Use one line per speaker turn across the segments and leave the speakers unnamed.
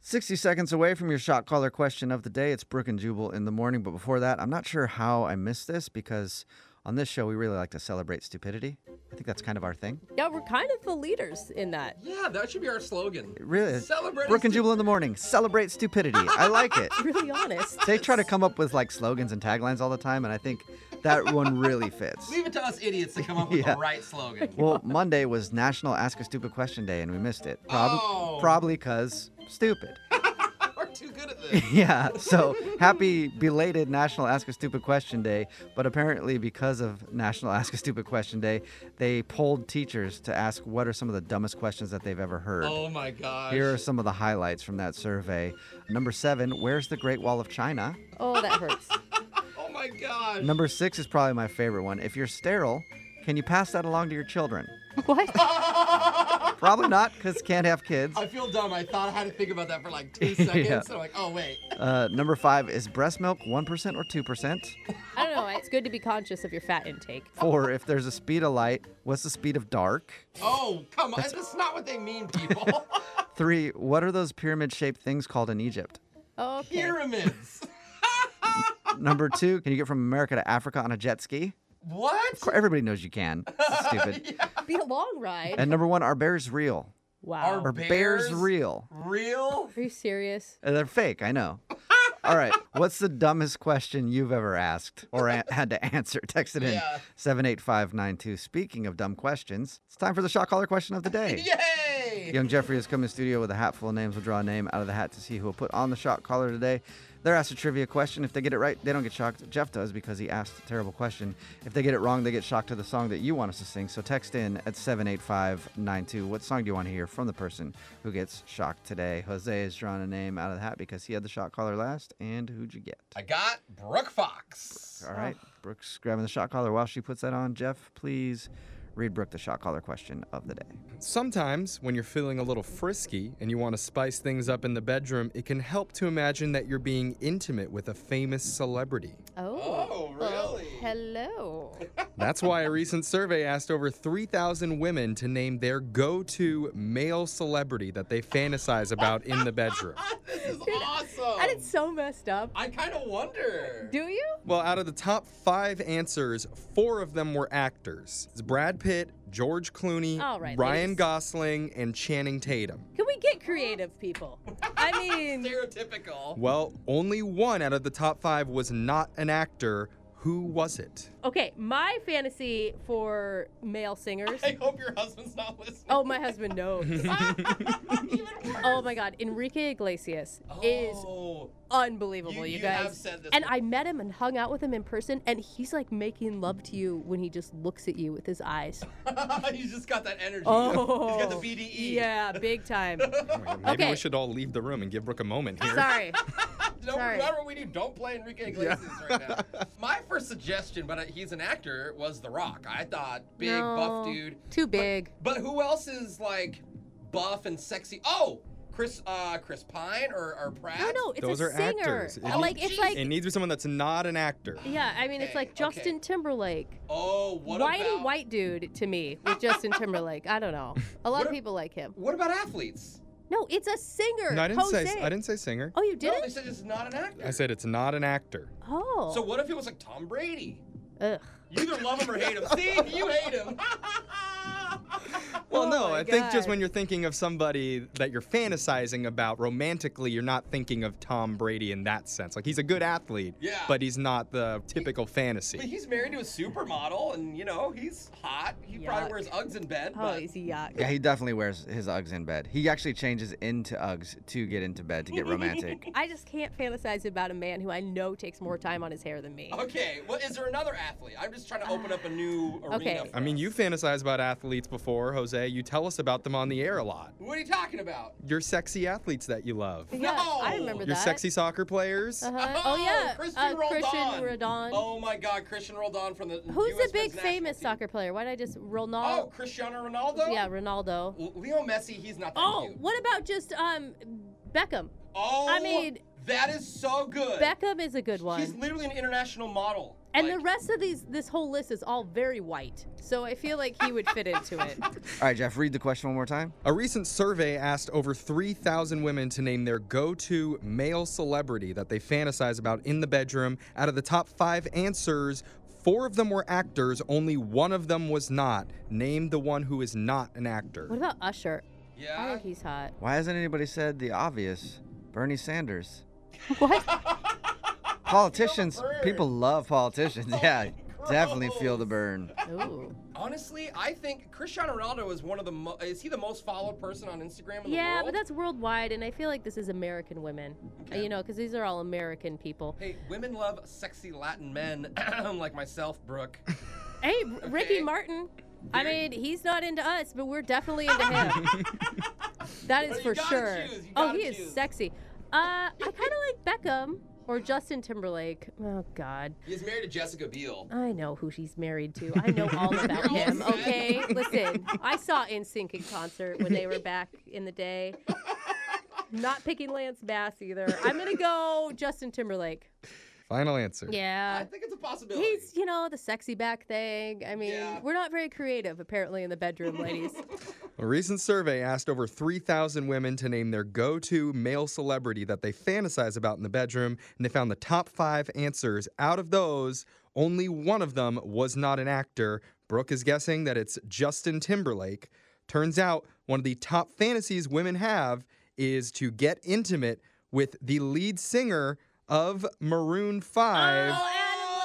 60 seconds away from your shot caller question of the day. It's Brooke and Jubal in the morning. But before that, I'm not sure how I missed this because on this show, we really like to celebrate stupidity. I think that's kind of our thing.
Yeah, we're kind of the leaders in that.
Yeah, that should be our slogan.
It really is.
Celebrate
Brooke and
stu-
Jubal in the morning. Celebrate stupidity. I like it.
Really honest.
They try to come up with like slogans and taglines all the time. And I think that one really fits.
Leave it to us idiots to come up with
Yeah.
the right slogan.
Well, Monday was National Ask a Stupid Question Day, and we missed it. Prob-
Oh.
Probably because stupid.
We're too good at this.
yeah. So happy belated National Ask a Stupid Question Day. But apparently, because of National Ask a Stupid Question Day, they polled teachers to ask what are some of the dumbest questions that they've ever heard.
Oh my gosh.
Here are some of the highlights from that survey. Number seven, where's the Great Wall of China?
Oh, that hurts.
Oh my gosh.
Number six is probably my favorite one. If you're sterile, can you pass that along to your children?
what?
Probably not, because can't have kids.
I feel dumb. I thought I had to think about that for like two seconds.
Yeah.
and I'm like, oh wait.
Uh, number five is breast milk 1% or 2%?
I don't know. It's good to be conscious of your fat intake.
Four, if there's a speed of light, what's the speed of dark?
Oh, come on. That's not what they mean, people.
Three, what are those pyramid shaped things called in Egypt?
Oh, okay.
Pyramids.
Number two, can you get from America to Africa on a jet ski?
What?
Everybody knows you can. It's stupid.
uh,
be a long ride.
And number one, are bears real?
wow.
Our-
Are bears,
Bears?
real?
Real?
Are you serious?
Uh, They're fake, I know. All right. What's the dumbest question you've ever asked or a- had to answer? Text it in
Yeah.
78592. Speaking of dumb questions, it's time for the shot caller question of the day.
Yay!
Young Jeffrey has come in studio with a hat full of names. We'll draw a name out of the hat to see who will put on the shot collar today. They're asked a trivia question. If they get it right, they don't get shocked. Jeff does because he asked a terrible question. If they get it wrong, they get shocked to the song that you want us to sing. So text in at 78592. What song do you want to hear from the person who gets shocked today? Jose has drawn a name out of the hat because he had the shot collar last. And who'd you get?
I got Brooke Fox.
All right. Brooke's grabbing the shot collar while she puts that on. Jeff, please read Brooke the shot collar question of the day.
Sometimes, when you're feeling a little frisky and you want to spice things up in the bedroom, it can help to imagine that you're being intimate with a famous celebrity.
Oh.
Oh,
well,
really?
hello.
That's why a recent survey asked over 3,000 women to name their go to male celebrity that they fantasize about in the bedroom.
This is awesome.
And it's so messed up.
I kind of wonder.
Do you?
Well, out of the top five answers, four of them were actors it's Brad Pitt, George Clooney,
All right,
Ryan
ladies.
Gosling, and Channing Tatum.
Can we get creative, people? I mean,
Stereotypical.
Well, only one out of the top five was not an actor. Who was it?
okay, my fantasy for male singers.
I hope your husband's not listening.
Oh, my husband knows.
Even
oh my God, Enrique Iglesias is
Oh.
unbelievable, you,
You- you
guys.
have said this
and I met him and hung out with him in person, and he's like making love to you when he just looks at you with his eyes.
He's just got that energy.
Oh,
He's got the E. BDE.
Yeah, big time.
Maybe
Okay.
we should all leave the room and give Brooke a moment here.
Sorry.
Don't,
Sorry.
Whatever we do, don't play Enrique Iglesias right now. My first suggestion, but uh, he's an actor, was The Rock. I thought big buff
No,
dude.
Too
But-
big.
But, who else is like buff and sexy? Oh, Chris, uh, Chris Pine or, or Pratt.
No, no, it's
Those
a
are
singer.
actors. It
like
needs-
it's like
It needs to be someone that's not an actor.
yeah. I mean, it's
Okay,
like
okay.
Justin Timberlake.
Oh, what
Whitey
about
white dude to me with Justin Timberlake. I don't know. A lot of
What a-
people like him.
What about athletes?
No, it's a singer.
No, I didn't
Jose.
say I didn't say singer.
Oh, you
No, they
didn't?
said it's not an actor.
I said it's not an actor.
Oh.
So what if it was like Tom Brady?
Ugh.
You either love him or hate him. See, you hate him.
Well,
Oh
no,
my
I think
God.
just when you're thinking of somebody that you're fantasizing about romantically, you're not thinking of Tom Brady in that sense. Like he's a good athlete,
Yeah.
but he's not the typical
but
fantasy.
he's married to a supermodel, and you know he's hot. He
Yuck.
probably wears UGGs in bed.
Oh,
but
he's a yuck.
Yeah, he definitely wears his Uggs in bed. He actually changes into Uggs to get into bed to get romantic.
I just can't fantasize about a man who I know takes more time on his hair than me.
Okay, well, is there another athlete? I'm just trying to open up a new arena.
Okay.
for
I mean,
us.
you fantasize about athletes before, Jose. You tell us about them on the air a lot.
What are you talking about?
Your sexy athletes that you love.
Yeah, I
No!
remember
Your
that.
sexy soccer players.
Uh-huh. Oh, yeah,
Christian
uh,
Roldan.
Christian Rodon.
Oh my God, Christian Roldan from the.
Who's
US
the big
men's national
famous
team.
soccer player? Why did I just
Oh,
Ronaldo?
Cristiano Ronaldo.
yeah, Ronaldo.
L- Leo Messi, he's not that
Oh,
cute.
what about just um Beckham?
Oh,
I mean-
that is so good.
Beckham is a good
He's
one.
literally an international model.
And the
Like-
rest of these, this whole list is all very white. So I feel like he would fit into it.
All right, Jeff, read the question one more time.
A recent survey asked over 3,000 women to name their go to male celebrity that they fantasize about in the bedroom. Out of the top five answers, four of them were actors, only one of them was not. Name the one who is not an actor.
What about Usher? I
Yeah.
think he's hot.
Why hasn't anybody said the obvious? Bernie Sanders.
What?
Politicians,
burn. Oh
people love politicians. Yeah, definitely feel the
gross.
burn.
Ooh.
Honestly, I think Cristiano Ronaldo is one of the mo- is he the most followed person on Instagram in
Yeah,
the world?
but that's worldwide, and I feel like this is American women. Uh,
Okay.
You know, because these are all American people.
Hey, women love sexy Latin men like myself, Brooke.
Hey, R- Ricky
Okay.
Martin. I mean, he's not into us, but we're definitely into him. that is
But you
for
gotta
sure.
choose, you
Oh,
gotta
he
choose.
is sexy. Uh, I kind of like Beckham or Justin Timberlake. Oh God,
He's married to Jessica Biel.
I know who she's married to. I know all about
You're all
him.
set.
Okay, listen, I saw NSYNC in concert when they were back in the day. Not picking Lance Bass either. I'm gonna go Justin Timberlake.
Final answer.
I
Yeah.
think it's a possibility.
He's, you know, the sexy back thing. I mean,
Yeah.
we're not very creative, apparently, in the bedroom, ladies.
A recent survey asked over 3,000 women to name their go to male celebrity that they fantasize about in the bedroom, and they found the top five answers. Out of those, only one of them was not an actor. Brooke is guessing that it's Justin Timberlake. Turns out, one of the top fantasies women have is to get intimate with the lead singer of Maroon 5,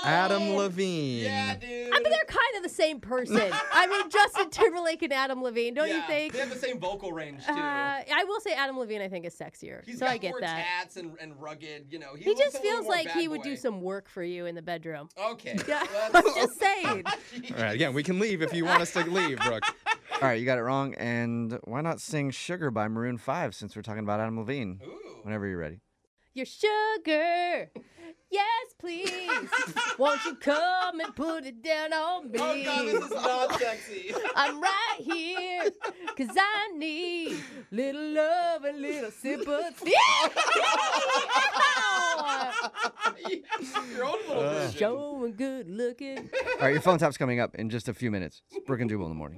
Adam Levine.
Oh! Yeah, dude.
Oh, I mean, they're kind of the same person. I mean, Justin Timberlake and Adam Levine, don't you
Yeah,
think?
They have the same vocal range too.
Uh, I will say Adam Levine, I think, is sexier.
He's
so
got
I get
more
that.
tats and, and rugged, you know. He,
He
looks
just
a little
feels
more
like
bad
he would
boy.
do some work for you in the bedroom.
Okay.
Yeah, I'm
let's-
just saying.
All right, again, we can leave if you want us to leave, Brooke.
All right, you got it wrong. And why not sing Sugar by Maroon 5 since we're talking about Adam Levine?
Ooh.
Whenever you're ready.
Your sugar, yes, please. Won't you come and put it down on me?
Oh god, this is not sexy.
I'm right here because I need little love and little sympathy.
Your own little version.
Showing good looking.
All right, your phone tap's coming up in just a few minutes. It's Brooke and Jubal in the morning.